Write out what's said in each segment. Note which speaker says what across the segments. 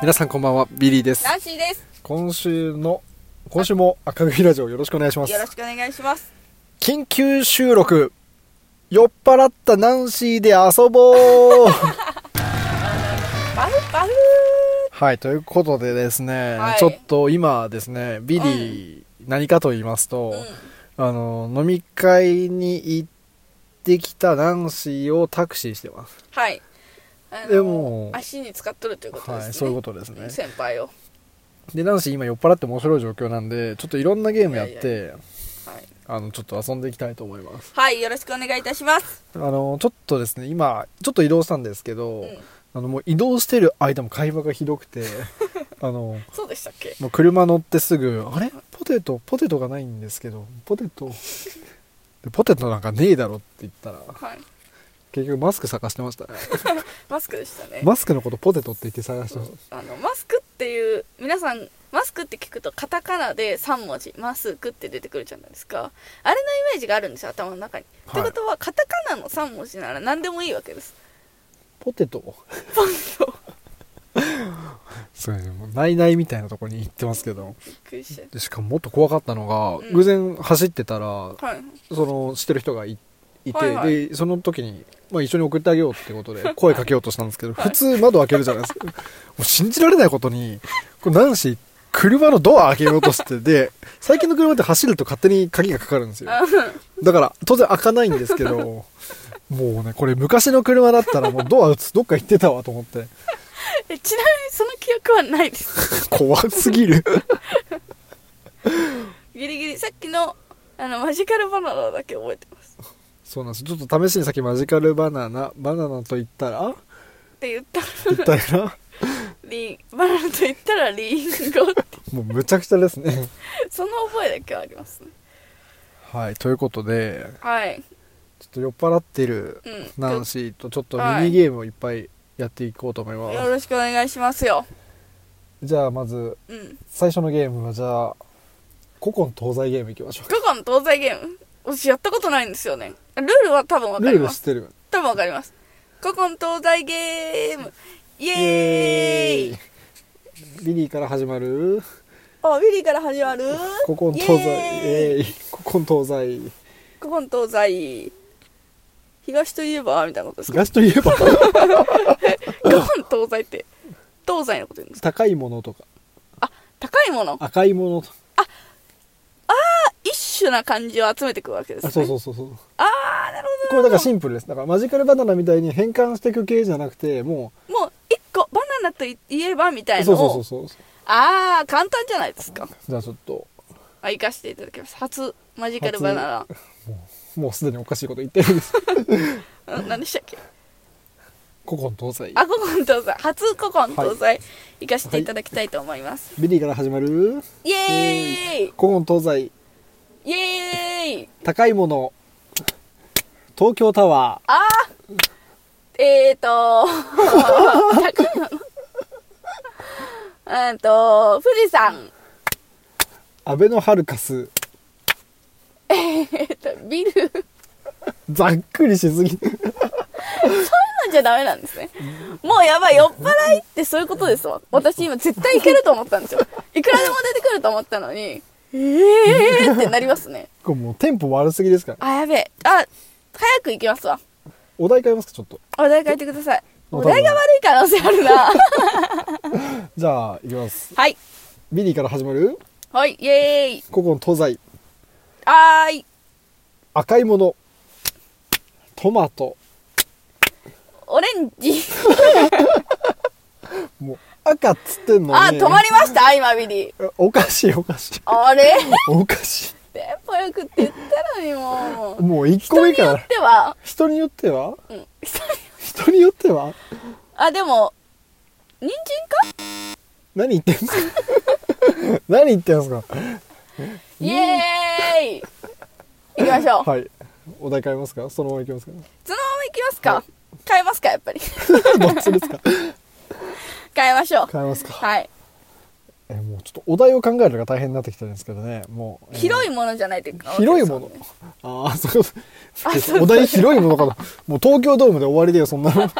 Speaker 1: 皆さんこんばんはビリーです
Speaker 2: ナンシーです。
Speaker 1: 今週の今週も赤組ラジオよろしくお願いします
Speaker 2: よろしくお願いします。
Speaker 1: 緊急収録酔っ払ったナンシーで遊 ぼう
Speaker 2: バフバフ
Speaker 1: はいということでですね、
Speaker 2: はい
Speaker 1: ちょっと今ですねビリー、何かと言いますと、あの飲み会に行ってきたナンシーをタクシーしてます
Speaker 2: はい。あの
Speaker 1: でも
Speaker 2: 足に使っとるということですね。
Speaker 1: はいそういうことですね
Speaker 2: 先輩を。
Speaker 1: でナンシー今酔っ払って面白い状況なんでちょっといろんなゲームやって
Speaker 2: いやはい。
Speaker 1: あのちょっと遊んでいきたいと思います
Speaker 2: はい、よろしくお願いいたします。
Speaker 1: あのちょっとですね今ちょっと移動したんですけど、
Speaker 2: うん
Speaker 1: あのもう移動してる間も会話がひどく てあの
Speaker 2: そうでしたっけ
Speaker 1: もう車乗ってすぐ「あれポテトポテトがないんですけどポテトでポテトなんかねえだろ」って言ったら
Speaker 2: はい。
Speaker 1: 結局マスク探してましたね
Speaker 2: マスクでしたね。
Speaker 1: マスクのことポテトって言って探してました
Speaker 2: あの、マスクっていう、皆さん、マスクって聞くとカタカナで3文字、マスクって出てくるじゃないですか。あれのイメージがあるんですよ、頭の中に。
Speaker 1: はい
Speaker 2: ってことは、カタカナの3文字なら何でもいいわけです。
Speaker 1: ポテト すごいねもうないないみたいなところに行ってますけど
Speaker 2: びっくりしちゃう
Speaker 1: でしかももっと怖かったのが、
Speaker 2: うん
Speaker 1: 偶然走ってたら
Speaker 2: はい。
Speaker 1: そのしてる人がいいて、
Speaker 2: はいはい
Speaker 1: でその時に、まあ、一緒に送ってあげようってこと で声かけようとしたんですけど、普通窓開けるじゃないですかもう信じられないことにこれナンシー車のドア開けようとしてで最近の車って走ると勝手に鍵がかかるんですよだから当然開かないんですけど もうねこれ昔の車だったらもうドア打つどっか行ってたわと思って
Speaker 2: えちなみにその記憶はないです。
Speaker 1: 怖すぎる
Speaker 2: ギリギリさっきのあのマジカルバナナだけ覚えてますっ
Speaker 1: そうなんですちょっと試しにさっきマジカルバナナバナナと言ったら
Speaker 2: て言ったら
Speaker 1: 言ったら
Speaker 2: リンバナナと言ったらリンゴって
Speaker 1: もうむちゃくちゃですね
Speaker 2: その覚えだけはありますね
Speaker 1: はいということで
Speaker 2: はい
Speaker 1: ちょっと酔っ払ってる
Speaker 2: うん
Speaker 1: ナン
Speaker 2: よ
Speaker 1: シーとちょっとミニゲームをいっぱいやっていこうと思います、
Speaker 2: よろしくお願いしますよ
Speaker 1: じゃあまず
Speaker 2: うん
Speaker 1: 最初のゲームはじゃあ古今東西ゲームいきましょ
Speaker 2: 古今東西ゲーム私やったことないんですよねルールは多分わ
Speaker 1: う
Speaker 2: か
Speaker 1: ル
Speaker 2: り
Speaker 1: ール
Speaker 2: ま
Speaker 1: 知っ
Speaker 2: す
Speaker 1: てる
Speaker 2: 多分わかります古今東西ゲームイエ
Speaker 1: イ
Speaker 2: ーイ
Speaker 1: イリリーから始まる
Speaker 2: あウィリーから始まる
Speaker 1: 古今東西
Speaker 2: イエーイ
Speaker 1: えい古今東西
Speaker 2: 古今東西東といえばみたいなことですか
Speaker 1: 東といえば
Speaker 2: 古今東西って東西のこと言うんですか
Speaker 1: 高いものとか
Speaker 2: 高いもの
Speaker 1: 赤いものとか
Speaker 2: 一種な感じを集めてくるわけで
Speaker 1: あ
Speaker 2: すね
Speaker 1: そうそうそうそう
Speaker 2: あーなる
Speaker 1: これだからシンプルですだからマジカルバナナみたいに変換していく系じゃなくても
Speaker 2: ほどもう一個バナナと言えばみたいうなの
Speaker 1: そ
Speaker 2: を
Speaker 1: うそうそうそう
Speaker 2: ああ簡単じゃないですか
Speaker 1: じゃあちょっと
Speaker 2: あ生かしていただきます初マジカルバナ
Speaker 1: もうすでにおかしいこと言ってるんです
Speaker 2: ナうん何でしたっけ
Speaker 1: 古今東西
Speaker 2: あ古今東西初古今東西生かしていただきたいと思います、
Speaker 1: ビリーから始まる
Speaker 2: イエーイ
Speaker 1: 古今東西
Speaker 2: イエーイ
Speaker 1: 高いもの東京タワー
Speaker 2: あーえーと 高いもの うんと富士山
Speaker 1: アベノハルカス
Speaker 2: えっとビルそういう
Speaker 1: ざっくりしすぎ
Speaker 2: のじゃダメなんですねもうやばい酔っ払いってそういうことですわ私今絶対いけると思ったんですよいくらでも出てくると思ったのにえーってなりますね
Speaker 1: これもうテンポ悪すぎですから
Speaker 2: あやべえあ早く行きますわ
Speaker 1: お題変えますかちょっと
Speaker 2: お題変えてください
Speaker 1: お
Speaker 2: お題が悪い可能性あるな
Speaker 1: じゃあいきます
Speaker 2: はい
Speaker 1: ビリーから始まる
Speaker 2: はいイエーイ
Speaker 1: 古今東西
Speaker 2: あーい
Speaker 1: 赤いものトマト
Speaker 2: オレンジ
Speaker 1: もう赤っつってんのに
Speaker 2: あ止まりました今ビリー
Speaker 1: えおかしいおかしい
Speaker 2: あれ
Speaker 1: おかし
Speaker 2: テンポよくって言ったのにも
Speaker 1: いうもう1個
Speaker 2: 人
Speaker 1: 目
Speaker 2: によ
Speaker 1: か
Speaker 2: っ
Speaker 1: ら
Speaker 2: ては
Speaker 1: 人によっては
Speaker 2: うん
Speaker 1: 人によっては
Speaker 2: あでも人参か
Speaker 1: 何言ってんすか 何言ってんすか
Speaker 2: イエーイ行きましょう、
Speaker 1: はいお題変えますかそのままいきますか
Speaker 2: そのまま行きますか、変えますかやっぱり
Speaker 1: どっちですか
Speaker 2: 変えましょう
Speaker 1: 変えますか
Speaker 2: はい
Speaker 1: えもうちょっとお題を考えるのが大変になってきてるんですけどねもう、えー
Speaker 2: 広いものじゃないといけない
Speaker 1: 広いものああそう
Speaker 2: あそう
Speaker 1: お題広いものかなもう東 京ドームで終わりだよそんなの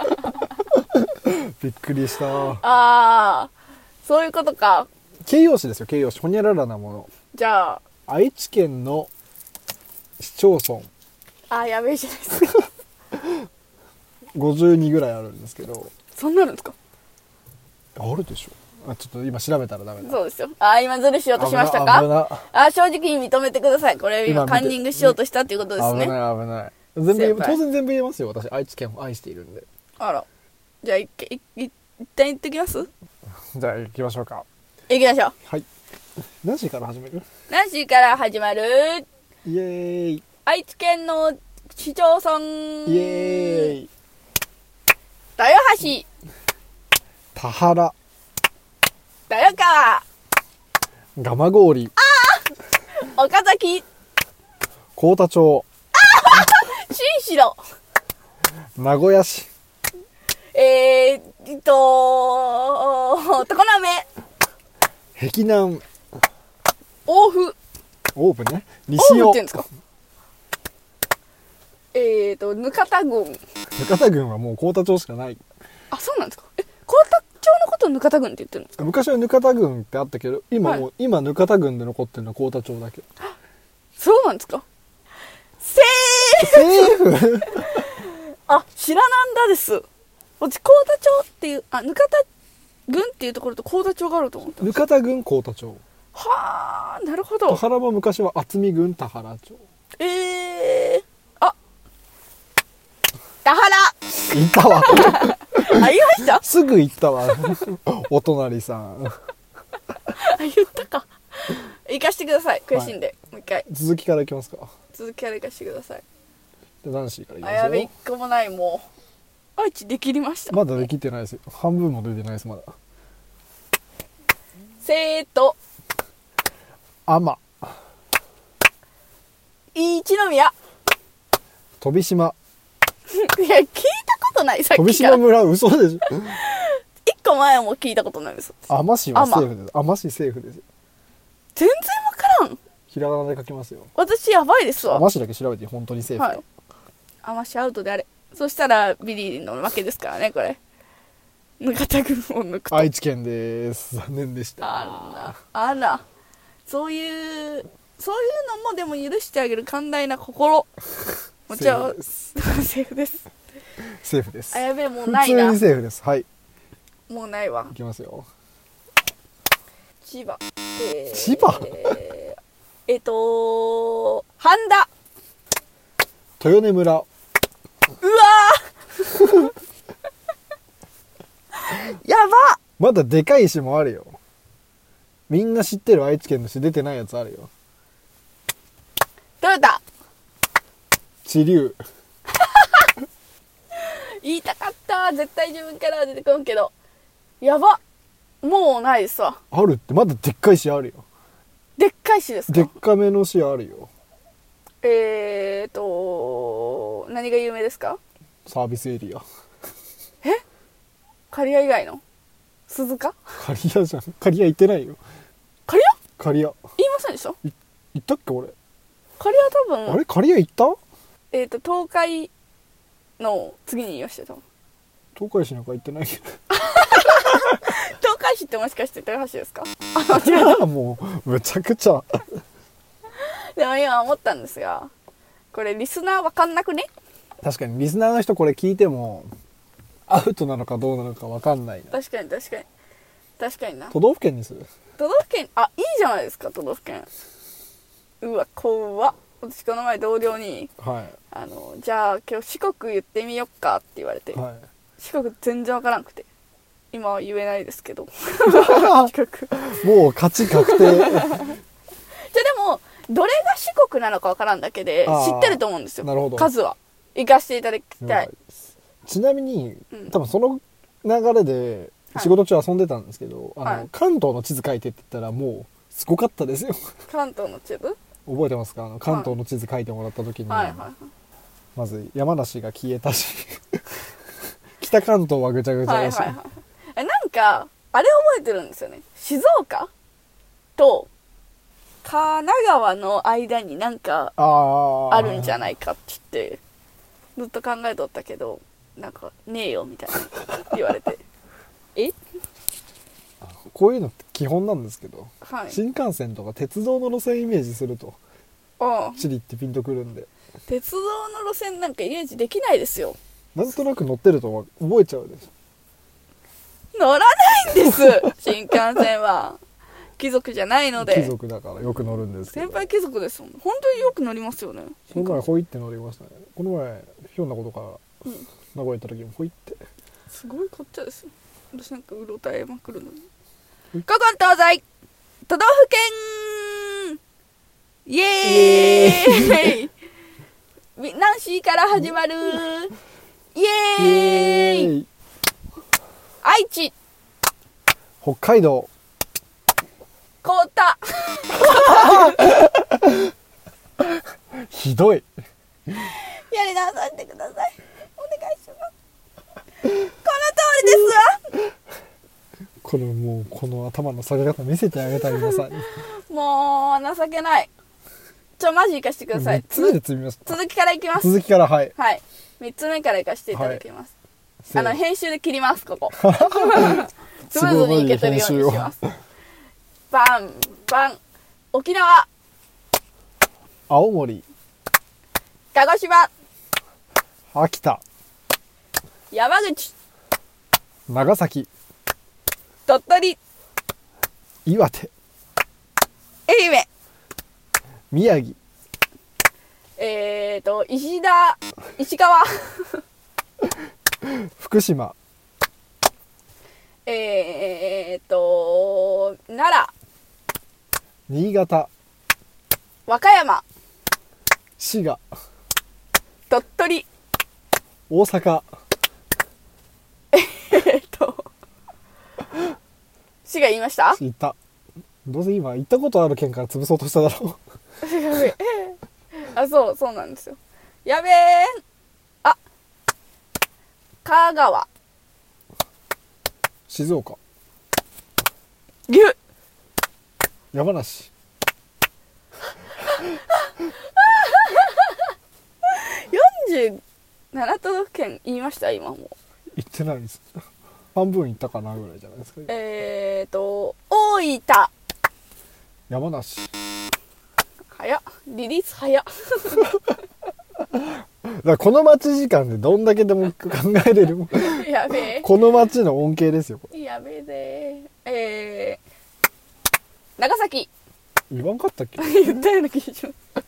Speaker 1: びっくりした
Speaker 2: ああそういうことか。
Speaker 1: 形容詞ですよ、形容詞。ほにゃららなもの。
Speaker 2: じゃあ、
Speaker 1: 愛知県の市町村
Speaker 2: あ、やべえじゃないですか。
Speaker 1: 52ぐらいあるんですけど、
Speaker 2: そんなのですか
Speaker 1: あるでしょあ、ちょっと今調べたらダメだ。
Speaker 2: そうですよ。あ、今ずるしようとしました
Speaker 1: 危
Speaker 2: か
Speaker 1: な
Speaker 2: あ、正直に認めてください。これ今
Speaker 1: 今見て
Speaker 2: カンニングしようとしたっていうこ
Speaker 1: 危
Speaker 2: とです
Speaker 1: ない危
Speaker 2: ね。
Speaker 1: ない危ない全部言え
Speaker 2: 先輩
Speaker 1: 当然全部言えますよ私愛知県を愛しているんで
Speaker 2: あら。じゃあ、一回いい一旦行ってきます行
Speaker 1: じゃあ行きましょうか
Speaker 2: きましょう。
Speaker 1: はい何時から始める
Speaker 2: 何時から始ま
Speaker 1: イ
Speaker 2: る
Speaker 1: エーイ
Speaker 2: 愛知県の市町
Speaker 1: イエ
Speaker 2: 村。
Speaker 1: ーイ
Speaker 2: 豊橋、
Speaker 1: 田原
Speaker 2: 豊川、
Speaker 1: 蒲郡
Speaker 2: 岡崎、
Speaker 1: 幸田町
Speaker 2: 新城、
Speaker 1: 名古屋市
Speaker 2: えーっと、常滑、
Speaker 1: 碧南
Speaker 2: 大府、
Speaker 1: オープンね
Speaker 2: 大
Speaker 1: 西尾
Speaker 2: 府って言うんですかえーっと、ぬかた郡。
Speaker 1: 中田郡はもう幸田町しかない
Speaker 2: あ、そうなんですかえ、高田町のことをぬかた郡って言ってるんですか
Speaker 1: 昔は額田郡ってあったけど今もう、
Speaker 2: は
Speaker 1: 今額田郡で残ってるのは幸田町だけ
Speaker 2: そうなんですかせー
Speaker 1: セーフ
Speaker 2: あ、知らなんだです。私、高田町っていう、あ、ぬかた郡っていうところと高田町があると思った。
Speaker 1: 額田郡幸田町
Speaker 2: はー、なるほ
Speaker 1: 田
Speaker 2: ど。
Speaker 1: 原も昔は渥美郡田原町
Speaker 2: えー、あ、田原
Speaker 1: 行ったわ
Speaker 2: あ、言いました
Speaker 1: すぐ行ったわ。 お隣さん。
Speaker 2: あ、 言ったか。行かしてください。悔しいんで。もう一回。
Speaker 1: 続きから行きますか。
Speaker 2: 続きから行かしてください。
Speaker 1: じゃあ男子から行き
Speaker 2: あ、
Speaker 1: ま
Speaker 2: や
Speaker 1: す
Speaker 2: べ、
Speaker 1: よ
Speaker 2: 一。個もない、もう。愛知できりました。
Speaker 1: まだできてないですよ。半分も出てないです、まだ。
Speaker 2: 生徒、
Speaker 1: あま、
Speaker 2: 一宮。
Speaker 1: 飛島。
Speaker 2: いや、聞いたことない、さっ
Speaker 1: 飛
Speaker 2: きから
Speaker 1: 島。村、嘘でしょ。
Speaker 2: 一個前も聞いたことないです。
Speaker 1: あま市は
Speaker 2: あ
Speaker 1: セ
Speaker 2: ま
Speaker 1: ーフです。あま市セーフですよ。
Speaker 2: 全然わからん。
Speaker 1: ひらがなで書きますよ。
Speaker 2: 私、やばいです
Speaker 1: あ
Speaker 2: わ。
Speaker 1: ま市だけ調べて本当にセーフ
Speaker 2: は
Speaker 1: だ
Speaker 2: い。あましアウトであれ。そしたら、ビリーの負けですからね、これ。ぬかた軍を抜くと。
Speaker 1: 愛知県です。残念でした。
Speaker 2: あら、あら。そういう、そういうのもでも許してあげる寛大な心。もちろん、セーフです。
Speaker 1: セーフです
Speaker 2: あ、。やべえ、もう
Speaker 1: 普
Speaker 2: ない
Speaker 1: 通
Speaker 2: な
Speaker 1: に。セーフです。はい。
Speaker 2: もうないわ
Speaker 1: 行。きますよ。
Speaker 2: 千葉。えー
Speaker 1: 千葉
Speaker 2: えーえっと、半田。
Speaker 1: 豊根村、
Speaker 2: うわーやば
Speaker 1: まだでかい市もあるよ。みんな知ってる愛知県の市出てないやつあるよ。
Speaker 2: トヨタ
Speaker 1: 知立。
Speaker 2: 言いたかった絶対自分からは出てこんけど。やばもうないですわ。
Speaker 1: あるってまだでっかい市あるよ
Speaker 2: でっかい市ですか
Speaker 1: でっかめの市あるよ
Speaker 2: えーと、何が有名ですか
Speaker 1: サービスエリア
Speaker 2: 刈谷以外の鈴鹿
Speaker 1: 刈谷じゃん刈谷行ってないよ
Speaker 2: 刈谷
Speaker 1: 刈谷行
Speaker 2: 言いませんでした
Speaker 1: ったっけ俺、
Speaker 2: 刈谷は多
Speaker 1: あ
Speaker 2: 分、
Speaker 1: れ刈谷行った
Speaker 2: えーと、東海の次に言いましたよ多分
Speaker 1: 東海市なんか行ってないけ
Speaker 2: 東海市ってもしかして豊橋ですか
Speaker 1: ど もうむちゃくちゃ
Speaker 2: でも今思ったんですが、これリスナーわかんなくね
Speaker 1: 確かにリスナーの人これ聞いてもアウトなのかどうなのかわかんないな
Speaker 2: 確かに確かに。確かにな。
Speaker 1: 都道府県にする
Speaker 2: 都道府県あいいじゃないですか都道府県うわ怖っ私この前同僚に
Speaker 1: は
Speaker 2: あの「じゃあ今日四国言ってみよっか」って言われて、
Speaker 1: いは
Speaker 2: 四国全然わからんくて今は言えないで すけど四国じゃあ
Speaker 1: いもう勝ち確定
Speaker 2: でもどれが四国なのかわからんだけで
Speaker 1: あー
Speaker 2: 知ってると思うんですよ
Speaker 1: なるほど
Speaker 2: 数は行かせていただきたい
Speaker 1: ちなみに
Speaker 2: うん
Speaker 1: 多分その流れで
Speaker 2: はい
Speaker 1: 仕事中遊んでたんですけど、あの
Speaker 2: はい
Speaker 1: 関東の地図書いてって言ったらもうすごかったですよ
Speaker 2: 関東の中部、
Speaker 1: 覚えてますかあの関東の地図書いてもらった時に、
Speaker 2: はいはいはい
Speaker 1: まず山梨が消えたし 北関東はぐちゃぐちゃ
Speaker 2: はい
Speaker 1: だし、
Speaker 2: はいはいえなんかあれ覚えてるんですよね静岡と神奈川の間になんか
Speaker 1: ああ
Speaker 2: あるんじゃ
Speaker 1: い
Speaker 2: ないかって言ってずっと考えとったけ どなんかねえよみたいな言われてえ
Speaker 1: こういうのって基本なんですけど、
Speaker 2: はい
Speaker 1: 新幹線とか鉄道の路線イメージすると
Speaker 2: ああ
Speaker 1: チリってピンとくるんで
Speaker 2: 鉄道の路線なんかイメージできないですよ
Speaker 1: なんとなく乗ってると覚えちゃうでしょ
Speaker 2: 乗らない んです新幹線は貴族じゃないの
Speaker 1: 貴
Speaker 2: で
Speaker 1: 族だからよく乗るんですけ
Speaker 2: 先
Speaker 1: ど
Speaker 2: 輩貴族ですもん本当によく乗りますよね
Speaker 1: この前ほいって乗りましたねこの前ひょんなことから
Speaker 2: うん
Speaker 1: 名古屋行った時もほいって
Speaker 2: すごいこっちゃですよ私なんかうろたえまくるのに
Speaker 1: うん
Speaker 2: 古今東西都道府県イエーイみナンシーから始まる
Speaker 1: イ
Speaker 2: イエーイ
Speaker 1: エーイ
Speaker 2: 愛知
Speaker 1: 北海道
Speaker 2: コータ
Speaker 1: ひどい
Speaker 2: やり直させてくださいお願いしますこの通りで
Speaker 1: これもうこの頭の下げ方見せてあげたい皆 さんに
Speaker 2: すわもう情けないちょマジ行かしてください
Speaker 1: 3つ目で積みます
Speaker 2: 続きからいきます
Speaker 1: 続きからはい
Speaker 2: はい3つ目からいかせていただきます、
Speaker 1: せー
Speaker 2: あの
Speaker 1: の
Speaker 2: 編集で切りま すここスムーズにいけてるようにしますバンバン沖縄
Speaker 1: 青森
Speaker 2: 鹿児島
Speaker 1: 秋田
Speaker 2: 山口
Speaker 1: 長崎
Speaker 2: 鳥取
Speaker 1: 岩手
Speaker 2: 愛媛
Speaker 1: 宮城
Speaker 2: えーと石田石川
Speaker 1: 福島
Speaker 2: えーと奈良
Speaker 1: 新潟
Speaker 2: 和歌山
Speaker 1: 滋賀
Speaker 2: 鳥取
Speaker 1: 大阪
Speaker 2: えーと市が言いました
Speaker 1: 行ったどうせ今行ったことある県から潰そうとしただろう
Speaker 2: やべえあそうそうなんですよやべえあ香川
Speaker 1: 静岡
Speaker 2: 牛
Speaker 1: 山梨
Speaker 2: 47都道府県言いました今もう
Speaker 1: 行ってないです半分行ったかなぐらいじゃないですか
Speaker 2: えーと大分
Speaker 1: 山梨
Speaker 2: 早っリリース早っ
Speaker 1: だからこの待ち時間でどんだけでも考えれ る
Speaker 2: やべ
Speaker 1: この待ちの恩恵ですよこ
Speaker 2: えやべえでえー、長崎
Speaker 1: れ言わんかったっけ
Speaker 2: 言ったような気がします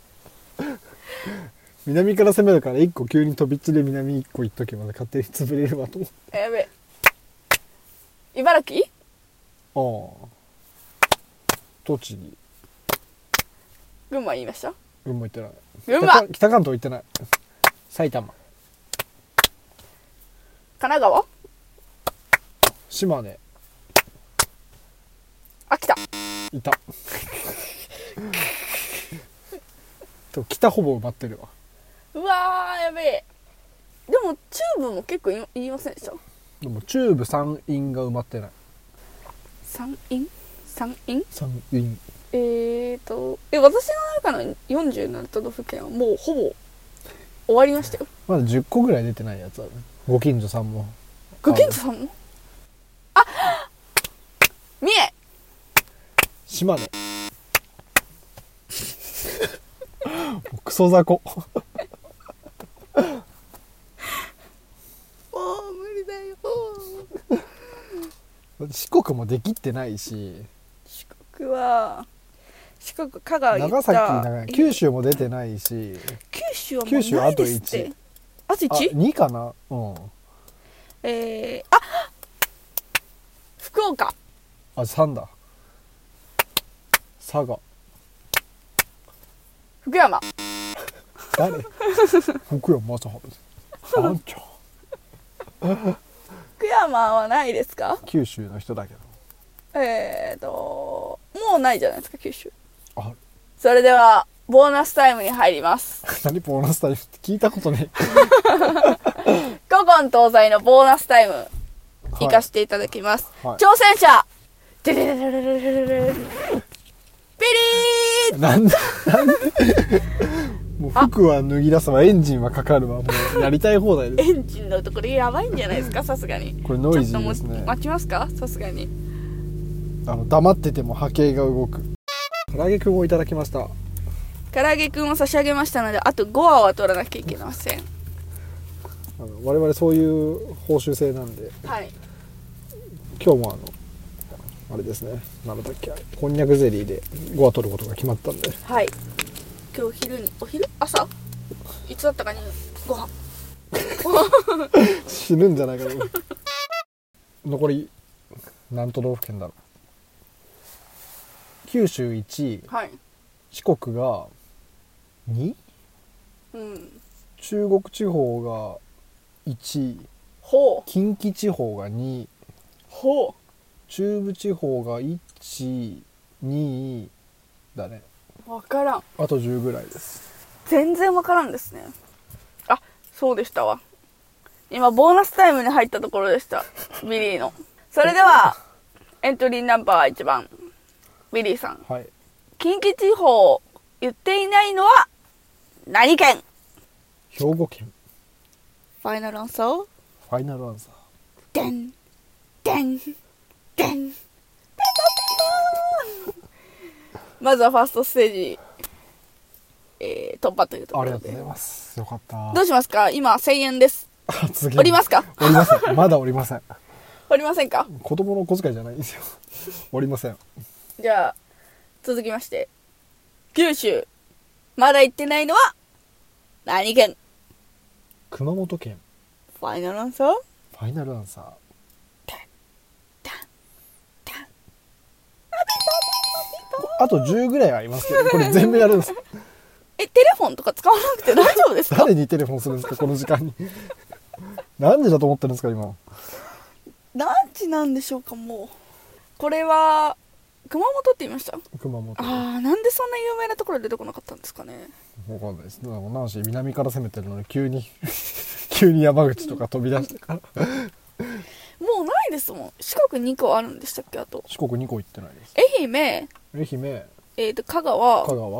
Speaker 1: 南から攻めるから1個急に飛びっちで南1個行っとけば勝手に潰れるわと思
Speaker 2: やべえ茨城
Speaker 1: うああ栃木
Speaker 2: 群馬言いました
Speaker 1: 群馬行ってない
Speaker 2: 群
Speaker 1: 北
Speaker 2: 馬神
Speaker 1: 関北関東行ってない埼玉
Speaker 2: 奈川
Speaker 1: 島根
Speaker 2: 秋田
Speaker 1: いたでも北ほぼ埋まってるわ
Speaker 2: うわーやべえでもチューブも結構言い言いませんでした
Speaker 1: でも中部山陰が埋まってない
Speaker 2: 三陰三陰
Speaker 1: 山陰
Speaker 2: えーとえ私の中の47都道府県はもうほぼ終わりましたよ
Speaker 1: まだ10個ぐらい出てないやつあるご近所さんも
Speaker 2: ご近所さんもあ三重
Speaker 1: 島根もうクソ雑魚
Speaker 2: おー無理だよ
Speaker 1: 四国もできってないし
Speaker 2: 四国は四国香川行
Speaker 1: 長
Speaker 2: った
Speaker 1: 崎長い九州も出てないし
Speaker 2: 九州はも
Speaker 1: 九
Speaker 2: う
Speaker 1: 州
Speaker 2: な
Speaker 1: あ
Speaker 2: い
Speaker 1: と
Speaker 2: ですって
Speaker 1: 1
Speaker 2: あと
Speaker 1: あ
Speaker 2: 1?
Speaker 1: 2かなうん
Speaker 2: えー、あ福岡
Speaker 1: あ3だ佐賀
Speaker 2: 福山
Speaker 1: 誰福山雅治 あんちゃん
Speaker 2: 福山はないですか
Speaker 1: 九州の人だけど
Speaker 2: えーと、もうないじゃないですか、九州。
Speaker 1: あ
Speaker 2: それでは、ボーナスタイムに入ります。
Speaker 1: 何ボーナスタイムって聞いたことね
Speaker 2: 古今東西のボーナスタイム、
Speaker 1: え、
Speaker 2: 行かせていただきます。
Speaker 1: はい
Speaker 2: 挑戦者でででででででででピリー
Speaker 1: なんでなんでもう服は脱ぎ出すわエンジンはかかるわもうやりたい放題 です
Speaker 2: エンジンの音、これやばいんじゃないですか、さすがに。
Speaker 1: これノイジ
Speaker 2: ちょ
Speaker 1: ー
Speaker 2: っとも
Speaker 1: で
Speaker 2: う
Speaker 1: すね
Speaker 2: 待ちますかさすがに。
Speaker 1: あの黙ってても波形が動く唐揚げくんをいただきました
Speaker 2: 唐揚げくんを差し上げましたのであと5話は取らなきゃいけません
Speaker 1: あの我々そういう報酬制なんで
Speaker 2: はい
Speaker 1: 今日もあのあれですねなんだっけこんにゃくゼリーで5話取ることが決まったんで
Speaker 2: はい今日昼にお昼朝いつだったかにご飯
Speaker 1: 死ぬんじゃ ないかと残り何都道府県だろう九州1位
Speaker 2: はい
Speaker 1: 四国が 2?
Speaker 2: うん
Speaker 1: 中国地方が1位
Speaker 2: ほう
Speaker 1: 近畿地方が2位
Speaker 2: ほ
Speaker 1: 中部地方が12位だね
Speaker 2: うわからん
Speaker 1: あと10ぐらいです
Speaker 2: 全然わからんですねあそうでしたわ今ボーナスタイムに入ったところでしたビリーのそれではエントリーナンバー1番ビリーさん
Speaker 1: はい
Speaker 2: 近畿地方を言っていないのは何県
Speaker 1: 兵庫県
Speaker 2: ファイナルアンサー
Speaker 1: ファイナルアンサー
Speaker 2: でんでんでんまずはファーストステージ、えー、突破というとこ
Speaker 1: あり
Speaker 2: ろ
Speaker 1: がとう
Speaker 2: で
Speaker 1: ございますよかった
Speaker 2: どうしますか今1000円です
Speaker 1: あ次
Speaker 2: おりますか
Speaker 1: おりませんまだおりません
Speaker 2: おりませんか
Speaker 1: 子供の小遣いじゃないんですよおりません
Speaker 2: じゃあ続きまして九州まだ行ってないのは何県
Speaker 1: 熊本県
Speaker 2: ファイナルアンサー
Speaker 1: ファイナルアンサーあと10ぐらいありますけどこれ全部やるんです
Speaker 2: えテレフォンとか使わなくて大丈夫です か
Speaker 1: 誰にテレフォンするんですかこの時間に何時だと思ってるんですか今
Speaker 2: 何時なんでしょうかもうこれは熊本って言いました
Speaker 1: 熊本わ
Speaker 2: ああなんでそんな有名なところ出てこなかったんですかね
Speaker 1: かんないですなんかナンシー南から攻めてるのに急に 急に山口とか飛び出してから
Speaker 2: もうないですもん四国2個あるんでしたっけあと
Speaker 1: 四国2個行ってないです
Speaker 2: 愛媛
Speaker 1: 愛媛
Speaker 2: えー、と香川
Speaker 1: 香川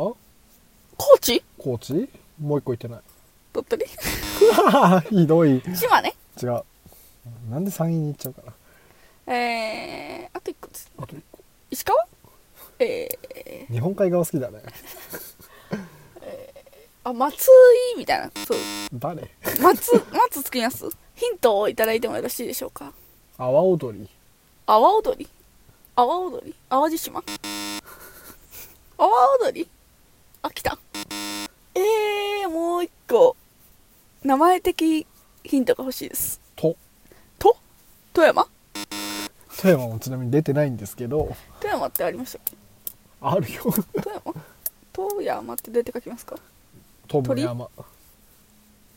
Speaker 2: 高知
Speaker 1: 高知もう1個行ってない
Speaker 2: 鳥 取
Speaker 1: ひどい違う
Speaker 2: 島根
Speaker 1: なんで山陰に行っちゃうかな
Speaker 2: えー、あと1個です
Speaker 1: あと1個
Speaker 2: 石川えー、
Speaker 1: 日本海側好きだね
Speaker 2: あ松井みたいなそう
Speaker 1: 誰
Speaker 2: 松 松つきますヒントをいただいてもよろしいでしょうか
Speaker 1: 阿波踊り
Speaker 2: 阿波踊り阿波踊り淡路島阿波踊り秋田えー、もう一個名前的ヒントが欲しいです
Speaker 1: と
Speaker 2: と富山
Speaker 1: 富山もちなみに出てないんですけど
Speaker 2: 富山ってありましたっけ
Speaker 1: あるよ
Speaker 2: 富山富山ってどうやって書きますか
Speaker 1: 富の山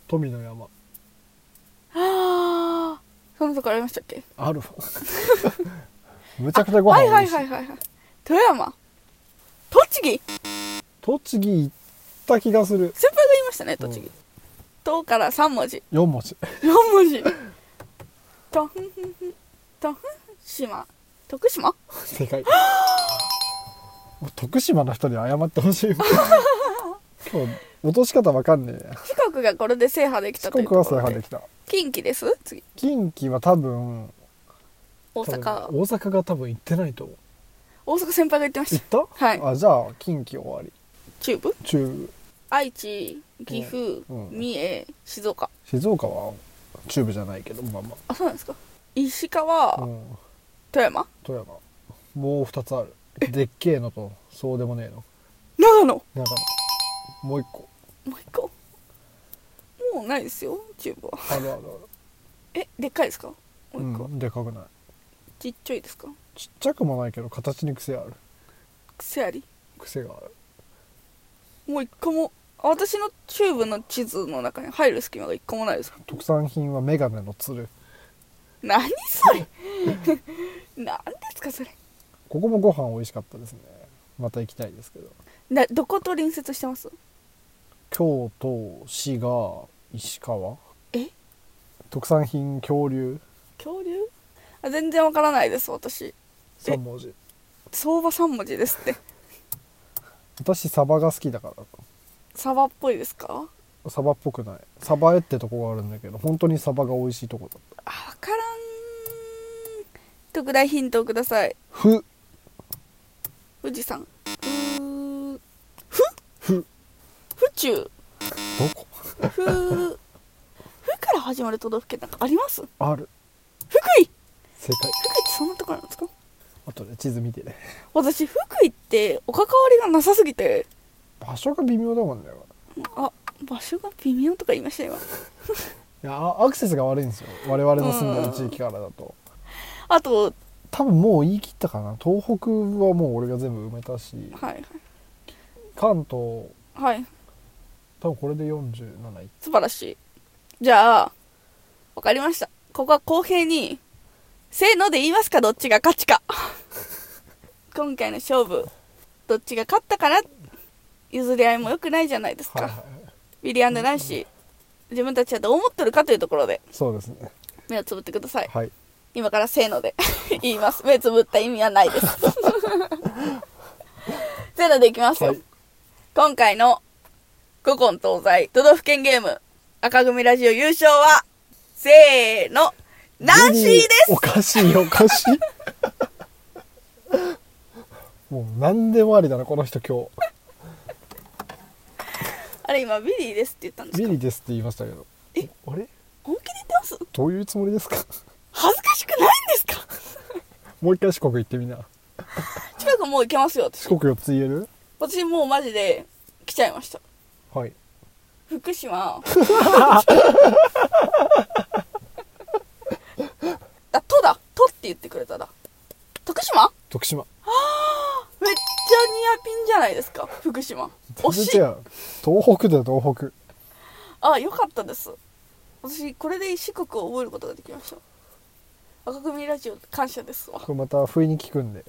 Speaker 1: 富の山
Speaker 2: ああそんなとこありましたっけ
Speaker 1: あ るむちゃくちゃご飯
Speaker 2: はい
Speaker 1: 美
Speaker 2: はい
Speaker 1: 味しい、
Speaker 2: はいはいはい富山栃木
Speaker 1: 栃木行った気がする
Speaker 2: 先輩が言いましたね栃木、
Speaker 1: うん
Speaker 2: とから3文字
Speaker 1: 4文字
Speaker 2: 4文字とふんふんふんとふん島徳島
Speaker 1: 正解もう徳島の人に謝ってほし い今日落とし方わかんねえや
Speaker 2: 四国がこれで制覇できた
Speaker 1: 四
Speaker 2: とい
Speaker 1: 国
Speaker 2: うと
Speaker 1: は制
Speaker 2: ころ
Speaker 1: 覇
Speaker 2: で
Speaker 1: できた
Speaker 2: 近畿です次
Speaker 1: 近畿は多分多
Speaker 2: 大
Speaker 1: 分
Speaker 2: 阪
Speaker 1: 大阪が多分行ってないと思う
Speaker 2: 大阪先輩が言ってまし
Speaker 1: 行ったた、
Speaker 2: はい
Speaker 1: あじゃあ近畿終わり
Speaker 2: 中部
Speaker 1: 中部
Speaker 2: 愛知岐阜、
Speaker 1: うん
Speaker 2: 三重静岡
Speaker 1: 静岡は中部じゃないけどまあま
Speaker 2: あそうなんですか石川、
Speaker 1: あ、うん、
Speaker 2: 富山
Speaker 1: 富山もう2つあるでっけえのとそうでもねえの
Speaker 2: 長野も
Speaker 1: なんかもう1個
Speaker 2: う一個もうないですよ中部は
Speaker 1: あるあるある
Speaker 2: えでっかいですかもう一個、
Speaker 1: うん、でかくない
Speaker 2: ちっちゃいですか
Speaker 1: ちっちゃくもないけど形に癖ある
Speaker 2: 癖あり
Speaker 1: 癖がある
Speaker 2: もう一個も私のチューブの地図の中に入る隙間が一個もないです
Speaker 1: 特産品はメガネのつる
Speaker 2: 何それ何ですかそれ
Speaker 1: ここもご飯美味しかったですねまた行きたいですけど
Speaker 2: などこと隣接してます
Speaker 1: 京都滋賀石川
Speaker 2: え
Speaker 1: 特産品恐竜
Speaker 2: 恐竜あ全然わからないです私
Speaker 1: 3文字
Speaker 2: 相場三文字ですって
Speaker 1: 私サバが好きだから
Speaker 2: サバっぽいですか
Speaker 1: サバっぽくないサバエってとこがあるんだけど本当にサバが美味しいとこだった
Speaker 2: あわからん特大ヒントをください
Speaker 1: ふ
Speaker 2: 富士山ふふ
Speaker 1: ふ
Speaker 2: 府中
Speaker 1: どこ
Speaker 2: ふふから始まる都道府県なんかあります福
Speaker 1: ある
Speaker 2: 井福井
Speaker 1: 正解
Speaker 2: ってそんなところなんですか
Speaker 1: あとで地図見てね
Speaker 2: 私福井ってお関わりがなさすぎて
Speaker 1: 場所が微妙だもんね
Speaker 2: あ場所が微妙とか言いました今
Speaker 1: いやあアクセスが悪いんですよ我々の住んでる地域からだと
Speaker 2: あと
Speaker 1: 多分もう言い切ったかな東北はもう俺が全部埋めたし
Speaker 2: はい
Speaker 1: 関東
Speaker 2: はいはい
Speaker 1: 多分これで47い
Speaker 2: 素晴らしいじゃあわかりましたここは公平にせーので言いますかどっちが勝ちか今回の勝負どっちが勝ったかな譲り合いも良くないじゃないですか、
Speaker 1: はいはい
Speaker 2: ビリアンド・ナンシー自分たちはどう思ってるかというところで
Speaker 1: そうですね
Speaker 2: 目をつぶってください
Speaker 1: はい
Speaker 2: 今からせーので 言います目つぶった意味はないです せーのでいきますよ、
Speaker 1: はい
Speaker 2: 今回の古今東西都道府県ゲーム赤組ラジオ優勝はせーのナンシーで
Speaker 1: おかしいおかしいもう何でもありだなこの人今
Speaker 2: すあれ今ビリーですって言ったんで
Speaker 1: 日
Speaker 2: す
Speaker 1: ビ
Speaker 2: か
Speaker 1: リーですって言いましたけどあれ
Speaker 2: 本気で言ってます
Speaker 1: どういうつもりですか
Speaker 2: 恥ずかしくないんですか
Speaker 1: もう一回四国行ってみな
Speaker 2: 近くもう行けますよ私
Speaker 1: 四国4つ言える
Speaker 2: 私もうマジで来ちゃいました
Speaker 1: はい
Speaker 2: 福 島だ都だ都って言ってくれただ徳島
Speaker 1: 徳島
Speaker 2: めっちゃニアピンじゃないですか福島
Speaker 1: 全
Speaker 2: 惜
Speaker 1: 然
Speaker 2: しい
Speaker 1: 違う東北だよ東北
Speaker 2: あよかったです私これで四国を覚えることができました赤組ラジオ感謝ですわ
Speaker 1: これまた不意に聞くんで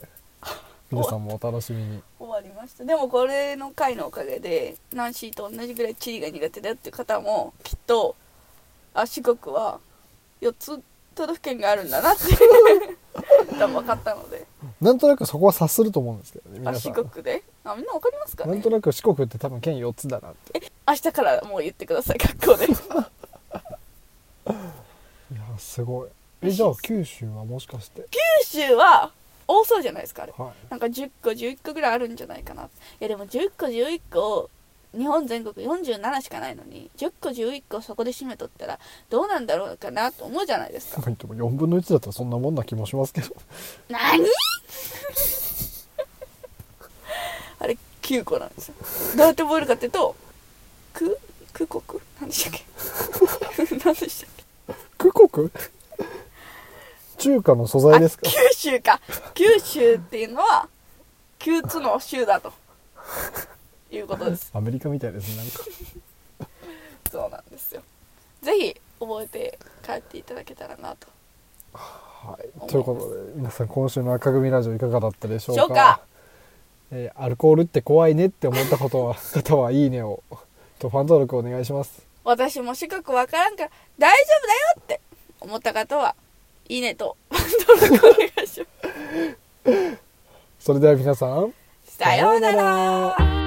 Speaker 1: 皆さんもお楽しみに
Speaker 2: 終わりましたでもこれの回のおかげでナンシーと同じぐらい地理が苦手だよっていう方もきっとあ四国は4つ都道府県があるんだなって多分分かったので
Speaker 1: なんとなくそこは察すると思うんですけどね
Speaker 2: あ
Speaker 1: 皆さ
Speaker 2: 四
Speaker 1: ん
Speaker 2: 国であみんな分かりますか
Speaker 1: なん
Speaker 2: ね
Speaker 1: となく四国って多分県4つだなって
Speaker 2: 明日からもう言ってください学校で
Speaker 1: いやすごいえじゃあ九州はもしかして
Speaker 2: 九州は多そうじゃないですかあれ
Speaker 1: は
Speaker 2: なんか10個11個ぐらいあるんじゃないかないやでも10個11個日本全国47しかないのに10個11個そこで締めとったらどうなんだろうかなと思うじゃないですか
Speaker 1: いでも4分の1だったらそんなもんな気もしますけど
Speaker 2: 何 あれ9個なんですよどうやって覚えるかっていうと「く」「く国」何でしたっけ 何でしたっけ
Speaker 1: 九国中華の素材ですか
Speaker 2: あ九州か九州っていうのは9つの州だということです
Speaker 1: アメリカみたいですねなんか
Speaker 2: そうなんですよぜひ覚えて帰っていただけたらなと
Speaker 1: はいということで皆さん今週の赤組ラジオいかがだったでしょうか
Speaker 2: しょうか
Speaker 1: えーアルコールって怖いねって思ったことは 方はいいねをとファン登録お願いします
Speaker 2: 私も四角わからんから大丈夫だよって思った方はいいねと 登録お願いしま
Speaker 1: それでは皆さん
Speaker 2: すさようなら